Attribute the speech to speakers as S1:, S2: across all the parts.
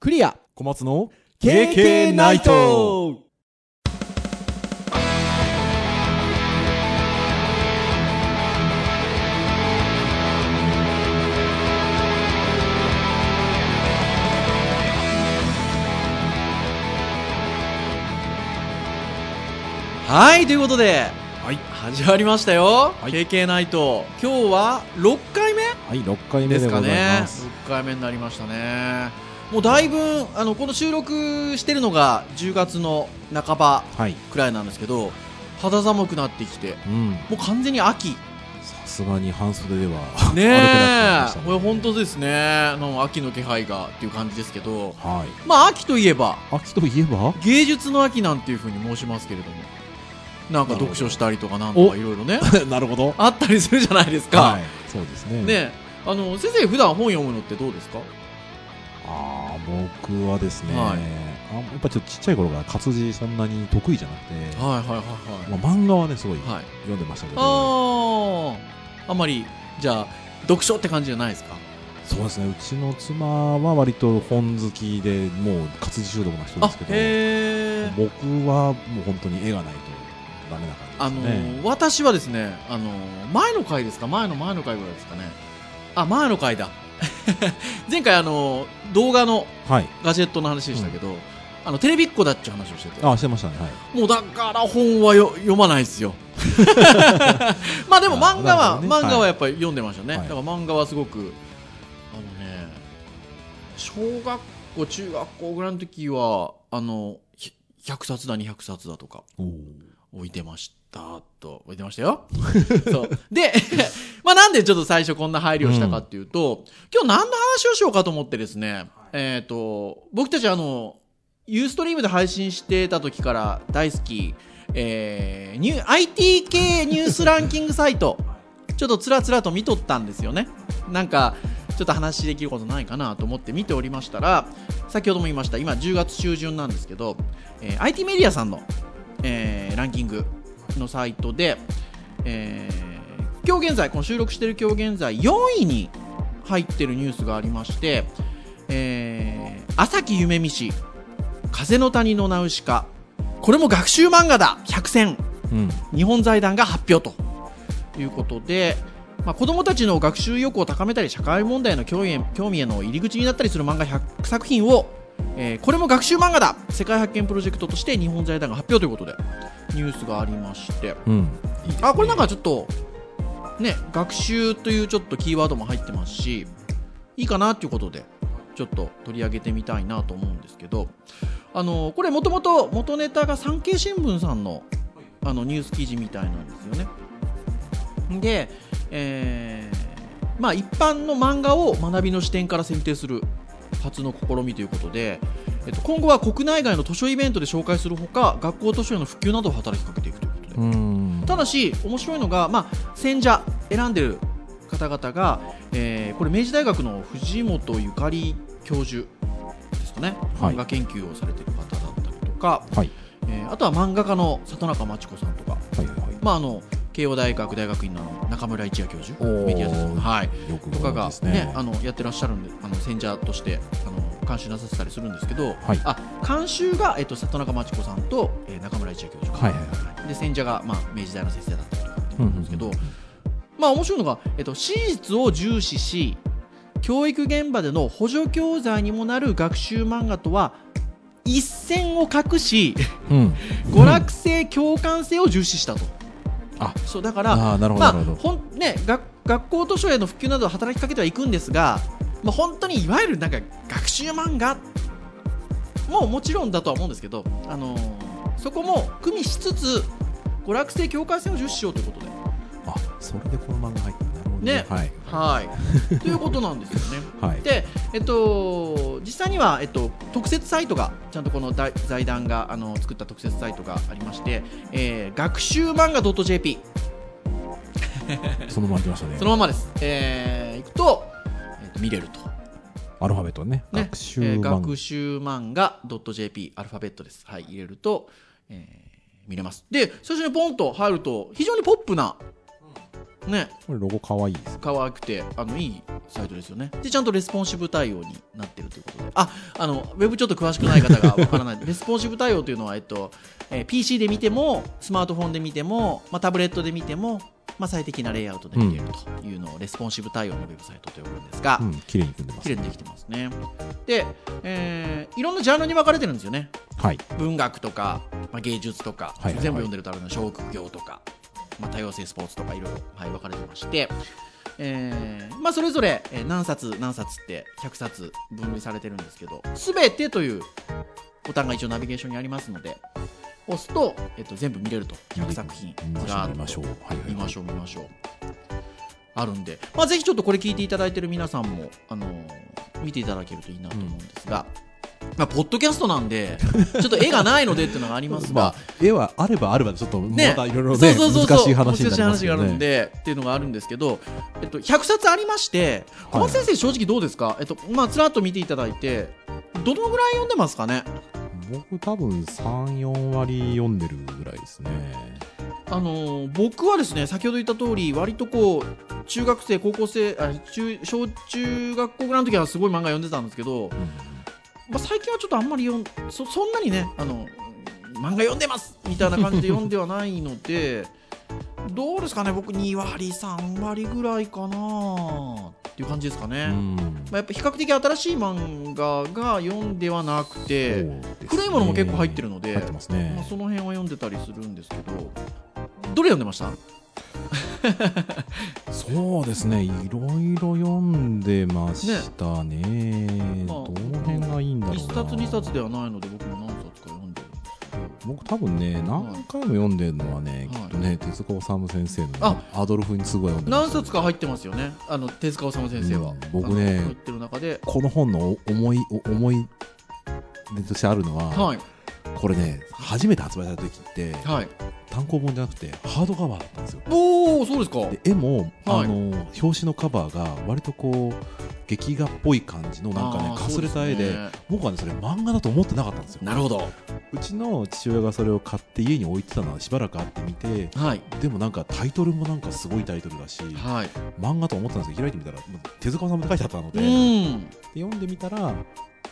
S1: クリア
S2: 小松の
S1: KK ナイトはいということで、
S2: はい
S1: 始まりましたよ、
S2: はい
S1: KK ナイト今日は6回目
S2: はい6回目
S1: で
S2: ですござ
S1: か
S2: い
S1: ね
S2: ます
S1: 6回目になりましたねもうだいぶあのこの収録してるのが10月の半ば
S2: はい
S1: くらいなんですけど肌寒くなってきて
S2: うん
S1: もう完全に秋
S2: さすがに半袖では
S1: ね
S2: 歩けなくなりまし
S1: え
S2: たね
S1: これ本当ですねあの秋の気配がっていう感じですけど
S2: はい
S1: まあ秋といえば
S2: 秋といえば
S1: 芸術の秋なんていうふうに申しますけれどもなんか
S2: なるほど
S1: 読書したりとか なんとか
S2: お
S1: いろいろね
S2: なるほど
S1: あったりするじゃないですか、
S2: はいそうですね
S1: ねえあの先生普段本読むのってどうですか
S2: ああ僕はですね、
S1: はい
S2: あやっぱちょっとちっちゃい頃が活字そんなに得意じゃなくて、
S1: はいはいはいは
S2: まあ、漫画はねすごい
S1: いはい
S2: 読んでましたけど
S1: あああんまりじゃあ読書って感じじゃないですか
S2: そうですねうちの妻は割と本好きでもう活字中毒な人で
S1: あ
S2: すけど
S1: へえ
S2: 僕はもう本当に絵がないとダメな
S1: あ
S2: 感じ
S1: の
S2: ですね、
S1: ー私はですねあのー前の回ですか前の前の回ぐらいですかねあ前の回だ 前回あのー動画の
S2: はい
S1: ガジェットの話でしたけど、あのテレビっ子だっちゅう話をしてて
S2: あしてましたねはい
S1: もうだから本はよ読まないです よまあでも漫画は、
S2: あなるほどね
S1: 漫画はやっぱり読んでましたね、
S2: はい
S1: だから漫画はすごくあのね小学校中学校ぐらいの時はあのひ100冊だ200冊だとか
S2: おー
S1: 置いてましたと置いてましたよ そうで まあなんでちょっと最初こんな配慮をしたかっていうと、今日何の話をしようかと思ってですね、えっ、と僕たちあのユーストリームで配信してた時から大好き、えー、ニュー IT 系ニュースランキングサイトちょっとつらつらと見とったんですよねなんかちょっと話できることないかなと思って見ておりましたら先ほども言いました今10月中旬なんですけど、えー IT メディアさんのえーランキングのサイトで、えー今日現在この収録している今日現在4位に入ってるニュースがありまして、えー朝木夢見氏風の谷のナウシカこれも学習漫画だ100選
S2: うん
S1: 日本財団が発表ということで、まあ、子どもたちの学習意欲を高めたり社会問題の興味へ興味への入り口になったりする漫画100作品を、えーこれも学習漫画だ世界発見プロジェクトとして日本財団が発表ということでニュースがありまして
S2: うん
S1: あこれなんかちょっとね学習というちょっとキーワードも入ってますしいいかなということでちょっと取り上げてみたいなと思うんですけどあのこれもともと元ネタが産経新聞さんのあのニュース記事みたいなんですよね。で、えーまあ、一般の漫画を学びの視点から選定する初の試みということで、えっと、今後は国内外の図書イベントで紹介するほか学校図書への普及などを働きかけていくということで。
S2: うん
S1: ただし面白いのが、まあ、選者選んでる方々が、えーこれ明治大学の藤本ゆかり教授ですかね、
S2: はい
S1: 漫画研究をされてる方だったりとか、
S2: はい
S1: えーあとは漫画家の里中真知子さんとか、
S2: はいはいはい
S1: まあ、あの慶応大学大学院の中村一也教授
S2: おー
S1: メディアさん、はい、
S2: よく
S1: と
S2: ご存
S1: か
S2: 知
S1: が
S2: で、す
S1: ね
S2: ね
S1: あのやってらっしゃるんであの選者としてあの監修なさってたりするんですけど、
S2: はい
S1: あ監修が、えっと、里中真知子さんと、えー中村一也教授
S2: はいはいはい
S1: で選者が、まあ、明治大の先生だったりとかっ
S2: う
S1: て
S2: ん
S1: 思う
S2: うんうん
S1: んですけど、まあ面白いのが、えっと、史実を重視し教育現場での補助教材にもなる学習漫画とは一線を画 し
S2: うん
S1: 娯楽性、共感性を重視したと。
S2: あ
S1: そうだから
S2: ああなるほど
S1: まあ
S2: なるほど
S1: ほんね、学学校図書への普及など働きかけてはいくんですが、まあ、本当にいわゆるなんか学習漫画ももちろんだとは思うんですけど、あのーそこも組みしつつ娯楽性境界線を重視しようということで。
S2: あそれでこの漫画入ってるなるほど
S1: ね
S2: はい
S1: はい、 ということなんですよね。
S2: はい
S1: で、えっと、実際には、えっと、特設サイトがちゃんとこの大財団があの作った特設サイトがありまして、えー学習漫画 .jp
S2: そのまま来ましたね
S1: そのままです、えー、いくと、えっと見れると、
S2: アルファベットね
S1: ね
S2: 学習
S1: えー
S2: 漫画
S1: 学習漫画 .jp アルファベットです、はい、入れると、えー見れますで最初にポンと入ると非常にポップなね
S2: これロゴ可愛いです
S1: 可愛くてあのいいサイトですよねでちゃんとレスポンシブ対応になってるということでああのウェブちょっと詳しくない方がわからない レスポンシブ対応というのは、えっとえー PC で見てもスマートフォンで見ても、まあ、タブレットで見ても、まあ、最適なレイアウトで見れるというのをレスポンシブ対応のウェブサイトと呼ぶんですが、
S2: うん綺麗に組んでます
S1: 綺麗にできてますねで、えーいろんなジャンルに分かれてるんですよね
S2: はい
S1: 文学とか、まあ、芸術とか、
S2: はいはいはい
S1: 全部読んでるとあれの職業とか、まあ、多様性スポーツとかいろいろ、はい、分かれてまして、えーまあ、それぞれ、えー何冊何冊って100冊分類されてるんですけど全てというボタンが一応ナビゲーションにありますので押すと、えっと、全部見れると100作品
S2: 見ま
S1: ず
S2: しょ
S1: ら
S2: う
S1: ー
S2: 見
S1: っと
S2: ましょうはいはい
S1: 見ましょう見ましょうあるんで、まあ、ぜひちょっとこれ聞いていただいてる皆さんも、あのー見ていただけるといいなと思うんですが、まあ、ポッドキャストなんでちょっと絵がないのでっていうのがあります
S2: まあ
S1: が、
S2: 絵はあればあればちょっとま
S1: ね
S2: たいろいろね
S1: そうそうそう
S2: 難し
S1: そう
S2: い話になり
S1: 難
S2: ま
S1: し
S2: す
S1: い話が
S2: よ
S1: あるん
S2: ね
S1: でっていうのがあるんですけど、えっと、100冊ありまして小松先生正直どうですか、えっとまあ、つらっと見ていただいてどのぐらい読んでますかね
S2: 僕多分34割読んでるぐらいですね
S1: あのー僕はですね先ほど言った通り割とこう中学生高校生あ中小中学校ぐらいの時はすごい漫画読んでたんですけど、まあ、最近はちょっとあんまり読んそそんなにねあの漫画読んでますみたいな感じで読んではないので どうですかね僕2割3割ぐらいかなっていう感じですかね、
S2: うん
S1: まあ、やっぱ比較的新しい漫画が読んではなく
S2: そうで
S1: て、
S2: すね
S1: 古いものも結構入ってるので
S2: 入ってます
S1: まあ、
S2: ね
S1: その辺は読んでたりするんですけどどれ読んでました
S2: そうですねいろいろ読んでましたね
S1: ま
S2: ど
S1: あ
S2: の辺がいいんだろうな
S1: 1冊2冊ではないので僕も何冊か読んでるんですけど
S2: 僕多分ね何回も読んでるのはね、
S1: はい
S2: きっとね手塚治虫先生のね、
S1: あ
S2: アドルフにすごい読んでます
S1: 何冊か入ってますよねあの手塚治虫先生は、
S2: うん僕ね
S1: あの入ってる中で
S2: この本の思いお思い出としてあるのは、
S1: はい
S2: これね初めて発売された時って
S1: はい
S2: 単行本じゃなくてハードカバーだったんですよ
S1: おおそうですか
S2: で絵も、
S1: はい
S2: あの表紙のカバーが割とこう劇画っぽい感じのなんかね
S1: あー
S2: かすれた絵
S1: そう
S2: で
S1: ですね
S2: 僕はねそれ漫画だと思ってなかったんですよ
S1: なるほど
S2: うちの父親がそれを買って家に置いてたのはしばらくあってみて
S1: はい
S2: でもなんかタイトルもなんかすごいタイトルだし
S1: はい
S2: 漫画と思ってたんですけど開いてみたらもう手塚治虫って書いてあったので,、
S1: う
S2: で
S1: ん
S2: 読んでみたら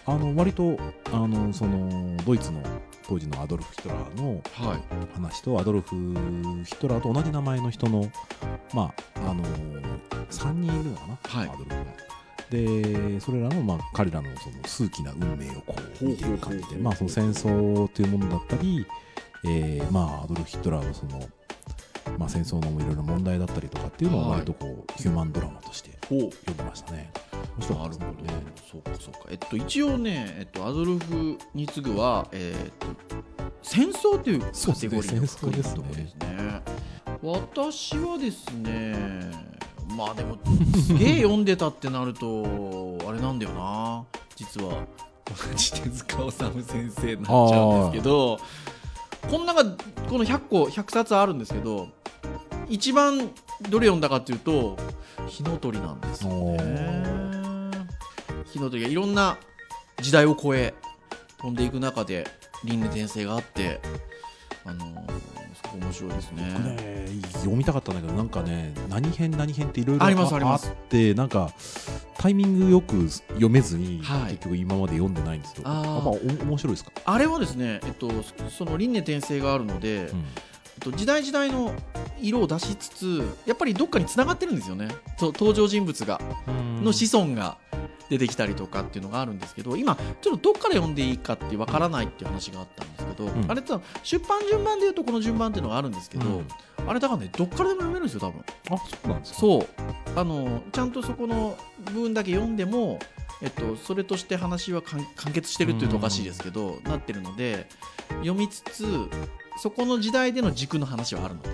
S2: あの割とあのそのドイツの当時のアドルフ・ヒトラーの
S1: はい
S2: 話とアドルフ・ヒトラーと同じ名前の人の、まああの3人いるのかな、
S1: はい
S2: アドルフが。でそれらの、まあ、彼らのその数奇な運命をこう見ている感じ
S1: ほうほうほう
S2: で、まあ、その戦争というものだったり、えーまあ、アドルフ・ヒトラーのその、まあ、戦争のいろいろ問題だったりとかっていうのを
S1: はい
S2: 割とこう、ヒューマンドラマとして
S1: ほう
S2: 読んでましたね。面白
S1: な
S2: か
S1: る
S2: っ
S1: ほ
S2: た
S1: ど
S2: ですね。
S1: そうかそうかえっと一応ねえっとアドルフに次ぐはえーっと戦争というカ
S2: そうです
S1: テ
S2: ね
S1: ゴリーの確認の
S2: 戦
S1: とこ
S2: 争
S1: で
S2: ですす
S1: ね私はですねまあでもすげえ読んでたってなるとあれなんだよな実は同じ手塚治虫先生になっちゃうんですけどこの中この100個100冊あるんですけど一番どれ読んだかっていうと火の鳥なんですよ
S2: お
S1: ね
S2: ー
S1: 火の鳥がいろんな時代を超え飛んでいく中で輪廻転生があってあのーすごく面白いです
S2: 僕
S1: ね
S2: ね読みたかったんだけどなんかね何編何編っていろいろ
S1: ありますあります
S2: ってなんかタイミングよく読めずに、
S1: はい
S2: 結局今まで読んでないんですけど
S1: あ
S2: や
S1: ー
S2: っぱお面白いですか、
S1: あれはですね、えっと、その輪廻転生があるので、えっと、時代時代の色を出しつつやっぱりどっかに繋がってるんですよねそう登場人物がの子孫が出てきたりとかっていうのがあるんですけど今ちょっとどっから読んでいいかってわからないっていう話があったんですけど、
S2: ん
S1: あれって出版順番でいうとこの順番っていうのがあるんですけど、
S2: うん
S1: あれだからねどっからでも読めるんですよ多分
S2: あそうなんですか
S1: そうあのちゃんとそこの部分だけ読んでも、えっと、それとして話は完完結してるっていうとおかしいですけど、なってるので読みつつそこの時代での軸の話はあるので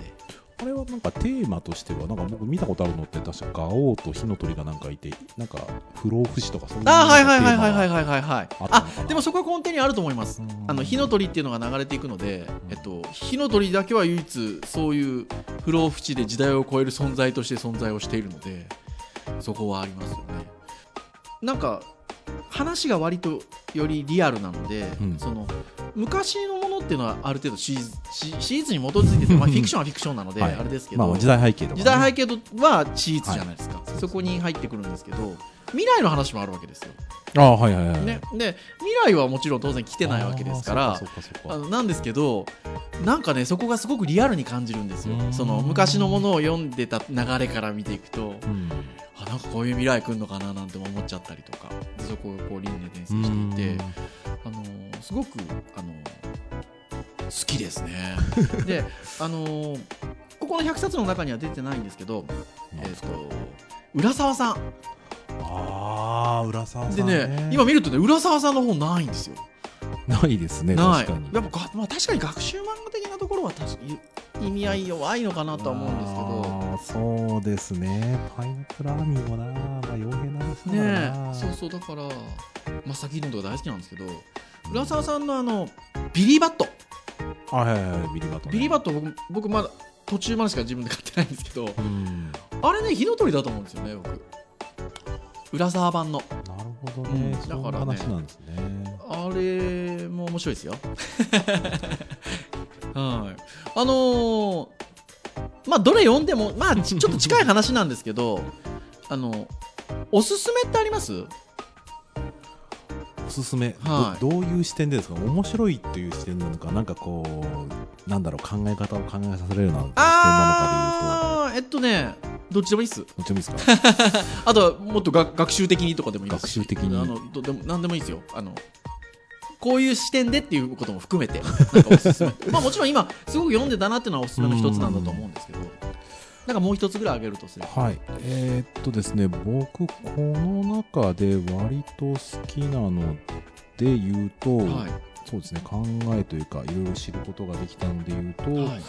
S2: あれはなんかテーマとしてはなんか僕見たことあるのって確かガオウと火の鳥がなんかいてなんか不老不死とかそういう
S1: あはいはいはいはいはい
S2: い
S1: はいはいはい
S2: あったの
S1: あ
S2: かな
S1: でもそこは根底にあると思います
S2: うん
S1: あの火の鳥っていうのが流れていくので、えっと、火の鳥だけは唯一そういう不老不死で時代を超える存在として存在をしているのでそこはありますよねなんか話が割とよりリアルなので、
S2: うん
S1: その昔のもののっていうのはある程度史実史史実に基づいて て、まあ、フィクションはフィクションなので、
S2: はい
S1: あれですけ
S2: ま
S1: ど、
S2: あまあ時代背景とか、ね、
S1: 時代背景とは史実じゃないですか、
S2: いそうです
S1: そこに入ってくるんですけど未来の話もあるわけですよ、
S2: ああはいはいはい
S1: ね、で未来はもちろん当然来てないわけですから
S2: ああそうかそうかそうか
S1: あのなんですけどなんかねそこがすごくリアルに感じるんですよ
S2: うん
S1: その昔のものを読んでた流れから見ていくと
S2: うん
S1: あなんかこういう未来来るのかななんて思っちゃったりとかでそこをこう輪廻転生していてあのすごくあの好きですね であのここの100冊の中には出てないんですけど、
S2: うん
S1: えー、と浦沢さん
S2: ああ浦沢さ
S1: で
S2: ん、
S1: ね
S2: ね、
S1: 今見るとね浦沢さんの本ないんですよ
S2: ないですね
S1: な
S2: 確
S1: い
S2: かに
S1: やっぱが、まあ、確かに学習漫画的なところは確かに意味合い弱いのかなとは思うんですけど
S2: ですけどそうですねパイナップルアーミーもなまあ傭兵な話だから
S1: ね
S2: な、
S1: えそうそうだからまさきりんとか大好きなんですけど浦沢さんのあのビリーバット
S2: あはいはいはいビリバト、ね、
S1: ビリーバット僕僕まだ途中までしか自分で買ってないんですけど
S2: うん
S1: あれね火の鳥だと思うんですよね僕浦沢版の
S2: なるほどね、
S1: うん
S2: そうい
S1: だ
S2: う
S1: からね
S2: 話なんですね
S1: あれも面白 いですよはいあのーまあどれ読んでもまあ ちちょっと近い話なんですけどあのおすすめってあります
S2: おすすめ、
S1: はい
S2: どどういう視点でですか面白いという視点なのかなんかこうなんだろう考え方を考えさせられるような視点なのか
S1: あーえっとねどっちでもいいっ
S2: で
S1: す
S2: いうとどっちもいいですか
S1: あとはもっとが学習的にとかでもいいですし
S2: 学習的に
S1: あのどでも何でもいいですよあのこういう視点でっていうことも含めてなんかおす すめまあもちろん今すごく読んでたなっていうのはおすすめの一つなんだと思うんですけどなんかもう一つぐらいあげるとすれば
S2: はいえーっとですね僕この中で割と好きなので言うと、
S1: はい
S2: そうですね考えというかいろいろ知ることができたので言うと、
S1: はい、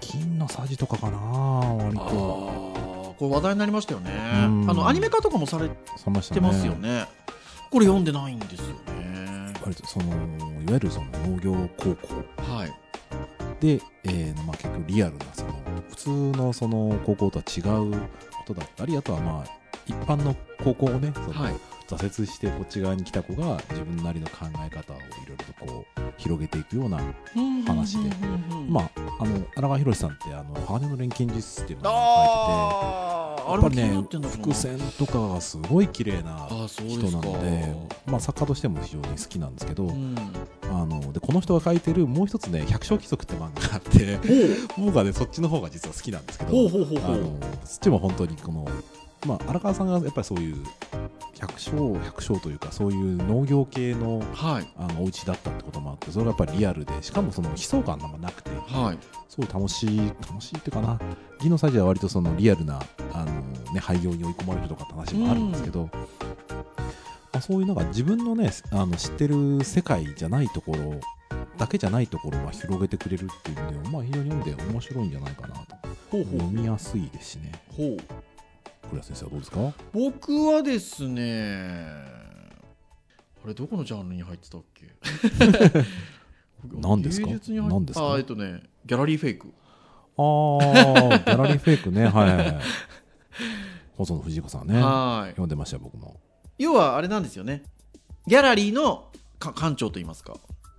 S2: 金のさじとかかな割
S1: あ
S2: と
S1: ーこれ話題になりましたよねあ
S2: うん
S1: のアニメ化とかもされ
S2: 冷ました
S1: て
S2: ね
S1: ますよねこれ読んでないんですよね
S2: 割とそのいわゆるその農業高校
S1: はい
S2: で、えーまあ、結局リアルなその普通のその高校とは違うことだったりあとはまあ一般の高校をねその
S1: はい
S2: 挫折してこっち側に来た子が自分なりの考え方をいろいろとこう広げていくような、話でま
S1: まあ
S2: あ、あの荒川博さんってあの「鋼の錬金術師」っていうのを書いてて。
S1: あーあれも気にな
S2: やっ
S1: って
S2: ぱ
S1: ん
S2: ね
S1: だけど
S2: 伏線とかがすごい綺麗な
S1: あーそう
S2: 人
S1: です
S2: な
S1: か
S2: のでまあ、作家としても非常に好きなんですけど、
S1: うん
S2: あのでこの人が書いてるもう一つね「百姓貴族」って漫画があって 僕はねそっちの方が実は好きなんですけど
S1: ほうほうほう
S2: あ
S1: ほう
S2: のそっちも本当にこの、まあ、荒川さんがやっぱりそういう百姓百姓というかそういう農業系の
S1: はい
S2: あのお家だったってこともあってそれがやっぱりリアルでしかもその悲壮感なんかなくて
S1: はい
S2: すごい楽しい楽しいっていうかなギノサジは割とそのリアルなあの、ね、廃業に追い込まれるとかって話もあるんですけど、まあ、そういうなんか自分のねあの知ってる世界じゃないところだけじゃないところをまあ広げてくれるっていう意味では、まあ、非常に読んで面白いんじゃないかなと
S1: ほうほう
S2: 読みやすいですしね
S1: ほう
S2: 倉先生はどうですか
S1: 僕はですねあれどこのジャンルに入ってたっけ
S2: 何ですか
S1: 芸術に入っ
S2: 何ですか
S1: あーえっとねギャラリーフェイク
S2: あーギャラリーフェイクね はいはいはい細野藤子さんね
S1: はい
S2: 読んでましたよ僕も
S1: 要はあれなんですよねギャラリーのか館長といいますか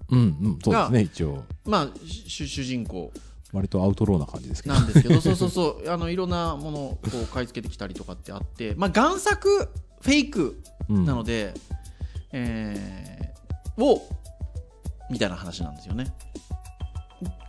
S2: うんうんそうです
S1: が
S2: ね一応
S1: まあ主主人公
S2: 割とアウトローな感じですけど
S1: なんで すけどそうそうそうあのいろんなものをこう買い付けてきたりとかってあってまあ贋作フェイク
S2: うん
S1: なので、えーをみたいな話なんですよね。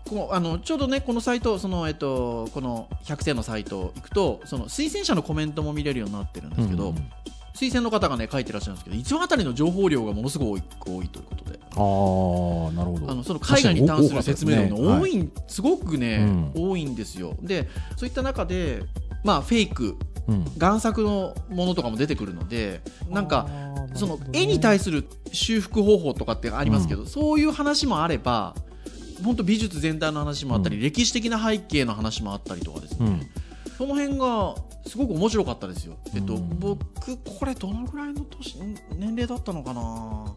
S1: こうあのちょうどねこのサイトその、えっと、この100選のサイト行くとその推薦者のコメントも見れるようになってるんですけど、
S2: うんうん
S1: 推薦の方がね書いてらっしゃるんですけど一番あたりの情報量がものすごい多い多いということで
S2: ああなるほど
S1: あのその海外に関する説明量が多
S2: い
S1: いん、すごくね、
S2: うん
S1: 多いんですよでそういった中で、まあ、フェイク
S2: うん
S1: 贋作のものとかも出てくるのでなんかその絵に対
S2: して
S1: する修復方法とかってありますけど、そういう話もあれば本当美術全体の話もあったり、
S2: う
S1: 歴史的な背景の話もあったりとかですね、
S2: うん
S1: その辺がすごく面白かったですよ、えっと、
S2: うん
S1: 僕これどのぐらいの年ん年齢だったのかな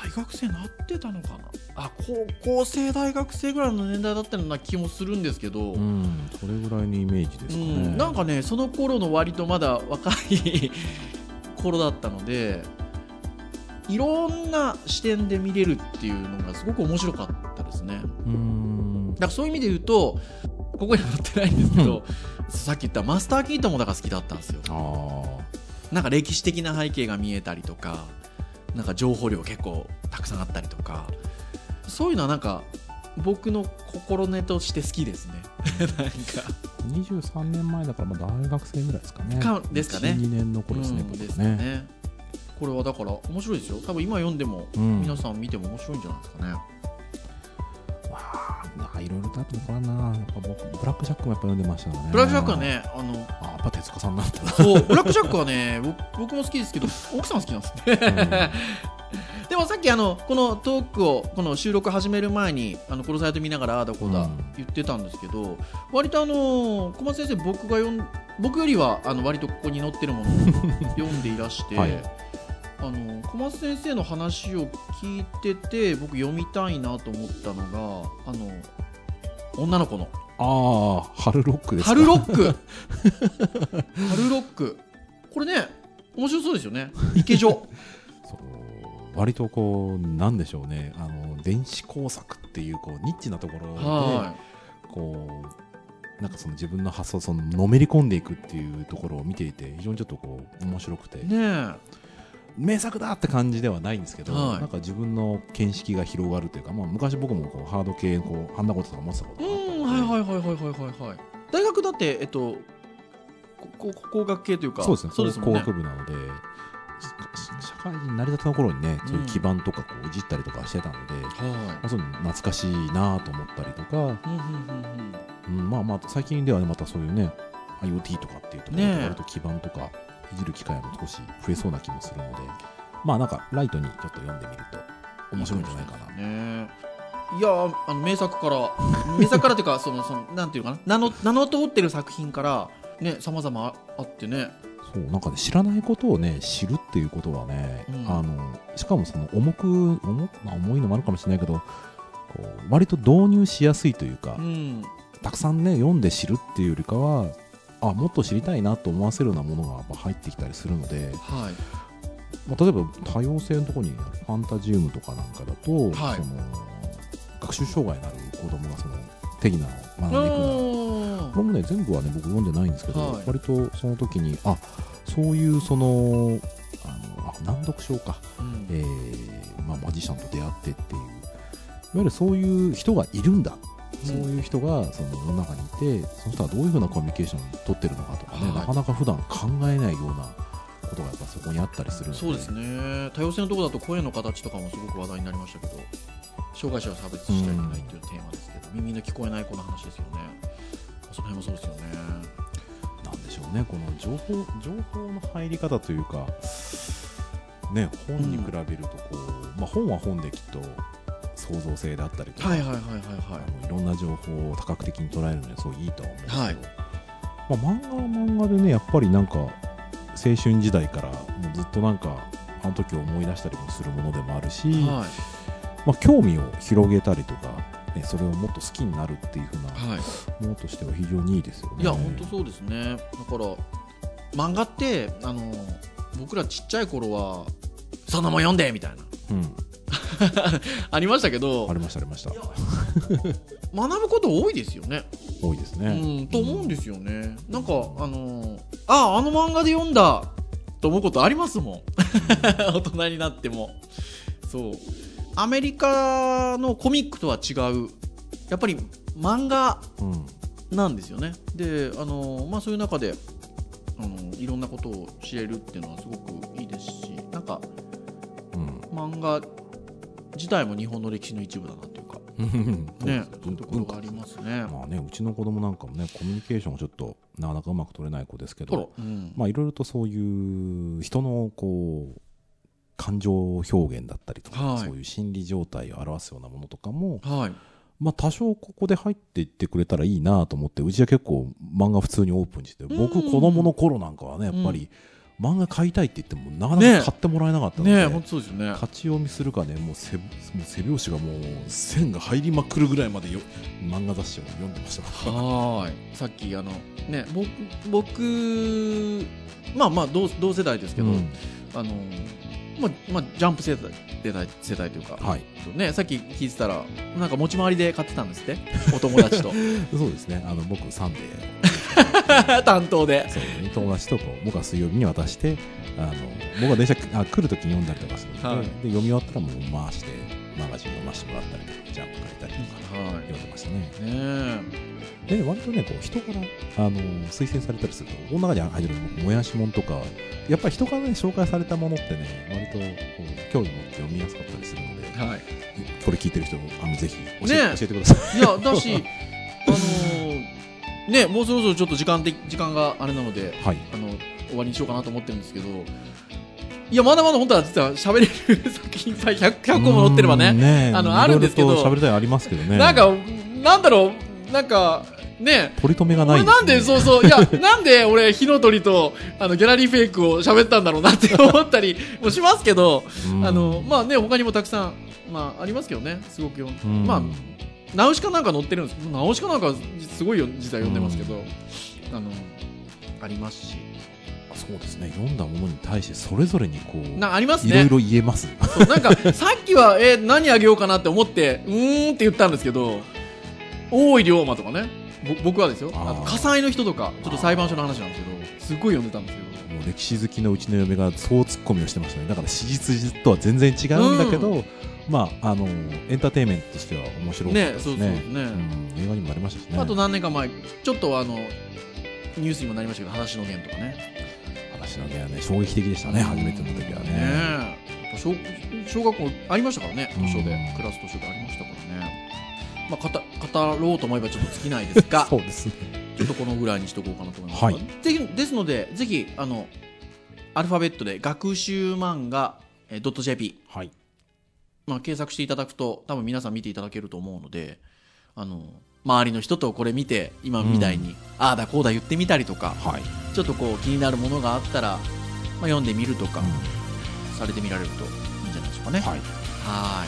S1: 大学生になってたのかなあ高校生大学生ぐらいの年代だったような気もするんですけど、
S2: うんそれぐらいのイメージですか
S1: う
S2: ね
S1: ん、なんかねその 頃の割とまだ若い頃だったのでいろんな視点で見れるっていうのがすごく面白かったですね。
S2: うん
S1: だからそういう意味で言うとここには載ってないんですけどさっき言ったマスター・キートンもだから好きだったんですよ。
S2: あー
S1: なんか歴史的な背景が見えたりとかなんか情報量結構たくさんあったりとかそういうのはなんか僕の心根として好きですね。なんか
S2: 23年前だからまあ大学生ぐらいですかね
S1: かですかね
S2: 2年の頃ですね,、
S1: うん
S2: これは
S1: ですかねこれはだから面白いですよ多分今読んでも、
S2: うん
S1: 皆さん見ても面白いんじゃないですかね
S2: わあなんかいろいろとあったのかなやっぱ僕ブラック・ジャックもやっぱ読んでましたね
S1: ブラックジャックはねあの
S2: あーやっぱ手塚さんなんだな
S1: そうブラックジャックはね僕僕も好きですけど奥さん好きなんですね でもさっきあのこのトークをこの収録始める前にあのこのサイト見ながらああだこう
S2: う
S1: だ
S2: ん
S1: 言ってたんですけど、割とあの小松先生僕が読ん僕よりはあの割とここに載ってるもの を読んでいらして、
S2: はい
S1: あの小松先生の話を聞いてて僕読みたいなと思ったのがあの女の子の
S2: ああ春ロックですか
S1: 春ロック 春ロックこれね面白そうですよね 池女
S2: そう割とこうなんでしょうねあの電子工作っていうこうニッチなところで、
S1: は
S2: こうなんかその自分の発想をそののめり込んでいくっていうところを見ていて非常にちょっとこう面白くて、
S1: いねえ
S2: 名作だって感じではないんですけど、
S1: はい
S2: なんか自分の見識が広がるというか、まあ、昔僕もこうハード系こうハンダゴトとか持ってたことがあったの
S1: う
S2: で、
S1: んはいはいはいはいはいはいはい大学だってえっとここ工学系というか
S2: そうですね工
S1: もんね
S2: 学部なのでし社会人成り立ての頃にねそういう基盤とかこういじったりとかしてたので、ま
S1: は
S2: あ、そういうの懐かしいなと思ったりとか、
S1: いうんうんうんうん
S2: うん、まあまあ最近ではねまたそういうね IoT とかっていうところ
S1: ね
S2: で
S1: え
S2: 割と基盤とかいじる機会も少し増えそうな気もするので、まあなんかライトにちょっと読んでみると面白いんじゃないかな。
S1: ねいやーあの名作から名作からっていうかそ のそのなんていうのかな名の名の通ってる作品からねさまざまあってね
S2: そうなんかね知らないことをね知るっていうことはね、
S1: うん
S2: あのしかもその重く重,、まあ、重いのもあるかもしれないけどこう割と導入しやすいというか、
S1: うん
S2: たくさんね読んで知るっていうよりかはあもっと知りたいなと思わせるようなものがやっぱ入ってきたりするので、
S1: はい
S2: まあ、例えば多様性のところにファンタジウムとかなんかだと、
S1: はい
S2: その学習障害のある子供がその適宜な学んでいくの
S1: お
S2: これもね全部はね僕読んでないんですけど、
S1: はい
S2: 割とその時にあそういうそのあのあ難読症か、えーまあ、マジシャンと出会ってっていういわゆるそういう人がいるんだ、そういう人がその世の中にいてその人はどういうふうなコミュニケーションを取ってるのかとかね、
S1: はい
S2: なかなか普段考えないようなことがやっぱそこにあったりするので
S1: そうですね多様性のところだと声の形とかもすごく話題になりましたけど障害者を差別しちゃいけないっていうテーマですけど、耳の聞こえない子の話ですよねその辺もそうですよね
S2: なんでしょうね、この情報情報の入り方というか、ね、本に比べるとこう、まあ、本は本できっと創造性だったりとか、
S1: はい
S2: い
S1: はいはいはいは
S2: あのいろんな情報を多角的に捉えるのにはすごいいいとは思うんですけど、
S1: はい
S2: まあ、漫画は漫画でね、やっぱりなんか青春時代からもうずっとなんかあの時を思い出したりもするものでもあるし、
S1: いはい
S2: まあ、興味を広げたりとか。ね、それをもっと好きになるっていう風な
S1: はい
S2: ものとしては非常にいいですよね。
S1: いや本当そうですねだから漫画ってあの僕らちっちゃい頃はそんなもん読んでみたいな
S2: うん、
S1: ありましたけど
S2: ありましたありました。
S1: 学ぶこと多いですよね
S2: 多いですね。
S1: うん、と思うんですよね。なんか、あのーあ、あの漫画で読んだと思うことありますもん。 大人になっても。そう。アメリカのコミックとは違う、やっぱり漫画
S2: うん、
S1: なんですよね。で、あのーまあ、そういう中で、あのーいろんなことを知れるっていうのはすごくいいですし、なんか、漫画自体も日本の歴史の一部だなというか、
S2: うん、
S1: ね、そう
S2: 文
S1: いうところ
S2: 文
S1: があ
S2: 化
S1: りますね。
S2: まあね、うちの子供なんかもね、コミュニケーションをちょっとなかなかうまく取れない子ですけ
S1: あら
S2: ど、
S1: うん
S2: まあいろいろとそういう人のこう感情表現だったりとか、
S1: はい
S2: そういう心理状態を表すようなものとかも、
S1: はい。
S2: まあ多少ここで入っていってくれたらいいなと思って、うちは結構漫画普通にオープンにして、僕
S1: うん
S2: 子供の頃なんかはね、やっぱり漫画買いたいって言ってもなかな
S1: ね
S2: か買ってもらえなかったので、
S1: ね本当そうですよね。
S2: 立ち読みするかねもう背もう背拍子がもう線が入りまくるぐらいまでよ漫画雑誌を読んでましたから
S1: はーいさっきあのね僕僕まあまあ同同世代ですけど、
S2: うん
S1: あのまあまあ、ジャンプ世代世代世代というか、
S2: はい、
S1: ね、さっき聞いてたらなんか持ち回りで買ってたんですってお友達と
S2: そうですねあの僕サンデー
S1: 担当で
S2: そうね友達とこう僕は水曜日に渡してあの僕は電車あ来る時に読んだりとかするんで,、
S1: はい
S2: で読み終わったらもう回してマガジン読ませてもらったりとかジャンプ書いたりとか
S1: は
S2: 読んでましたね
S1: いね
S2: で割とねこう人からあの推薦されたりするとこの中に入ってる僕もやしもんとかやっぱり人からね紹介されたものってね割とこう興味持って読みやすかったりするので
S1: え、はい、
S2: これ聞いてる人あのぜひ教え,、
S1: ね
S2: 教えてください
S1: いやだしあのーねもうそろそろちょっと時間的時間があれなので
S2: はい
S1: あの終わりにしようかなと思ってるんですけどいやまだまだ本当は実は喋れる作品さ 100, 100個も載ってれば
S2: うーん
S1: ねあのあるんですけど
S2: いろいろと喋りたいのありますけどね
S1: なんかなんだろうなんかね
S2: 取り留めがない
S1: 俺なんでそうそういやなんで俺火の鳥とあのギャラリーフェイクを喋ったんだろうなって思ったり もしますけど
S2: うん
S1: あのまあね他にもたくさんまあありますけどねすごくよ
S2: うん
S1: まあナウシカなんか載ってるんですナウシカなんかすごいよ実際読んでますけどあのありますし
S2: そうですね読んだものに対してそれぞれにこう
S1: なあります
S2: いろい
S1: ね
S2: ろ言えます
S1: そうなんかさっきはえー何あげようかなって思ってうーんって言ったんですけど大井龍馬とかねぼ僕はですよ
S2: あー
S1: あと火災の人とかちょっと裁判所の話なんですけどすごい読んでたんですけど。
S2: もう歴史好きのうちの嫁がそうツッコミをしてましたねだから史実とは全然違うんだけど、まああのエンターテインメントとしては面白かった
S1: ね
S2: で
S1: そうそ
S2: すね
S1: うね、
S2: うん、映画にもなりましたしね
S1: あと何年か前ちょっとあのニュースにもなりましたけど話の源とかね
S2: 話の毛はね衝撃的でしたね初めての時はね
S1: ねえやっぱ小小学校ありましたからね図書で、
S2: うん
S1: クラス図書でありましたからねまあ語 語ろうと思えばちょっと尽きないですが
S2: そうですね
S1: ちょっとこのぐらいにしとこうかなと思います、
S2: はい
S1: ぜひですのでぜひあのアルファベットで学習漫画えー .jp
S2: はい
S1: まあ、検索していただくと多分皆さん見ていただけると思うのであの周りの人とこれ見て今みたいに、ああだこうだ言ってみたりとか
S2: はい、
S1: ちょっとこう気になるものがあったら、まあ、読んでみるとかされてみられるといいんじゃないでしょうかね。
S2: はい
S1: は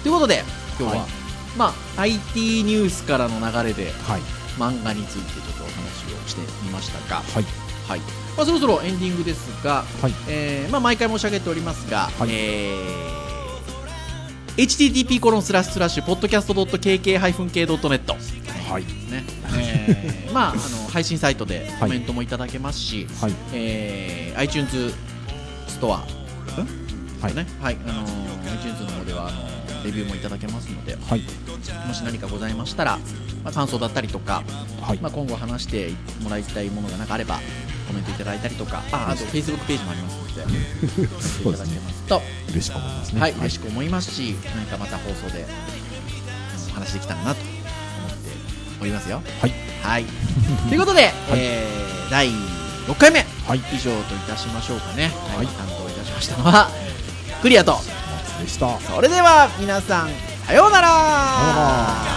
S1: ーいということで今日は、
S2: はい
S1: まあ、IT ニュースからの流れで
S2: はい
S1: 漫画についてちょっとお話をしてみましたが、
S2: はい
S1: はいまあ、そろそろエンディングですが、
S2: はい
S1: えーまあ、毎回申し上げておりますが、
S2: はい
S1: えー http コロンスラッシュスラッシュポッドキャスト .kk-k.net
S2: はい
S1: ね、えー まああの配信サイトでコメントもいただけますし、
S2: はい
S1: えー iTunes ストア
S2: はい
S1: ね、はい、あのー iTunes の方ではあのーレビューもいただけますので、
S2: はい
S1: もし何かございましたら、まあ、感想だったりとか、
S2: はい
S1: まあ、今後話してもらいたいものがなんかあればコメントいただいたりとかああと Facebook ページもありますので
S2: そ
S1: 見
S2: う
S1: てい
S2: で
S1: た
S2: す
S1: だけ
S2: ね
S1: ますと、
S2: 嬉しく思いますね
S1: はい、嬉しく思いますし何かまた放送でうんお話できたらなと思っておりますよ
S2: はい
S1: はいということで、えー第6回目
S2: はい
S1: 以上といたしましょうかね、は
S2: はい
S1: い、担当いたしましたのはクリアと
S2: 松でした
S1: それでは皆さんさようなら
S2: うなら